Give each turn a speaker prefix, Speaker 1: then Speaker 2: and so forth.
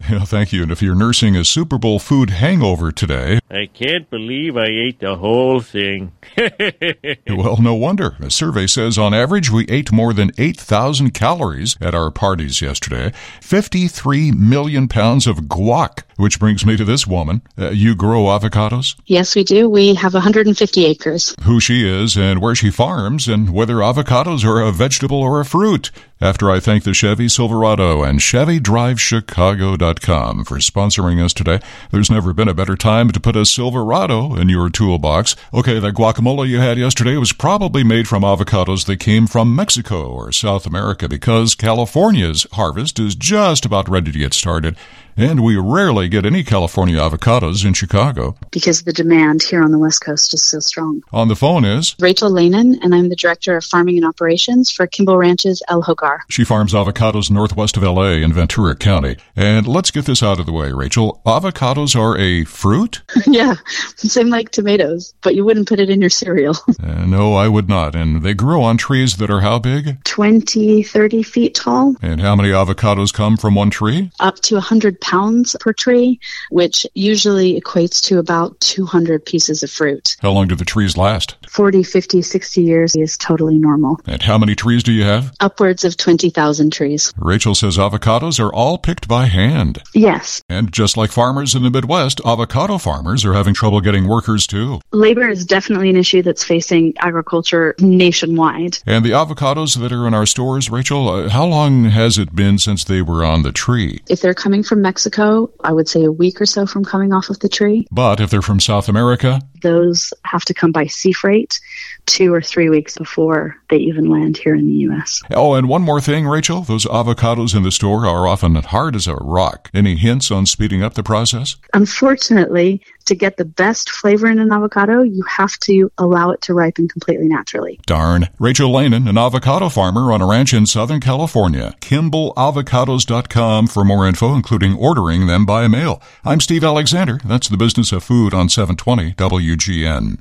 Speaker 1: Yeah, thank you. And if you're nursing a Super Bowl food hangover today,
Speaker 2: I can't believe I ate the whole thing.
Speaker 1: well, no wonder. A survey says on average we ate more than 8,000 calories at our parties yesterday, 53 million pounds of guac, which brings me to this woman. Uh, you grow avocados?
Speaker 3: Yes, we do. We have 150 acres.
Speaker 1: Who she is and where she farms and whether avocados are a vegetable or a fruit. After I thank the Chevy Silverado and ChevyDriveChicago.com for sponsoring us today, there's never been a better time to put a Silverado in your toolbox. Okay, that guacamole you had yesterday was probably made from avocados that came from Mexico or South America because California's harvest is just about ready to get started, and we rarely get any California avocados in Chicago.
Speaker 3: Because the demand here on the West Coast is so strong.
Speaker 1: On the phone is
Speaker 3: Rachel Lanin, and I'm the Director of Farming and Operations for Kimball Ranches El Hogar.
Speaker 1: She farms avocados northwest of LA in Ventura County. And let's get this out of the way, Rachel. Avocados are a fruit?
Speaker 3: yeah, same like tomatoes, but you wouldn't put it in your cereal.
Speaker 1: Uh, no, I would not. And they grow on trees that are how big?
Speaker 3: 20, 30 feet tall,
Speaker 1: And how many avocados come from one tree?
Speaker 3: up to 100 pounds per tree, which usually equates to about 200 pieces of fruit.
Speaker 1: How long do the trees last?
Speaker 3: 40, 50, 60 years is totally normal.
Speaker 1: And how many trees do you have?
Speaker 3: Upwards of 20,000 trees.
Speaker 1: Rachel says avocados are all picked by hand.
Speaker 3: Yes,
Speaker 1: And just like farmers in the Midwest, avocado farmers are having trouble getting workers too.
Speaker 3: labor is definitely an issue that's facing agriculture nationwide.
Speaker 1: And the avocados that are in our stores, Rachel, uh, how long has it been since they were on the tree?
Speaker 3: If they're coming from Mexico, I would say a week or so from coming off of the tree.
Speaker 1: But if they're from South America,
Speaker 3: Those have to come by sea freight two or three weeks before they even land here in the U.S.
Speaker 1: Oh, and one more thing, Rachel. Those avocados in the store are often hard as a rock. Any hints on speeding up the process?
Speaker 3: Unfortunately, to get the best flavor in an avocado, you have to allow it to ripen completely naturally.
Speaker 1: Darn. Rachel Lanin, an avocado farmer on a ranch in Southern California. KimballAvocados.com for more info, including ordering them by mail. I'm Steve Alexander. That's the business of food on 720 WGN.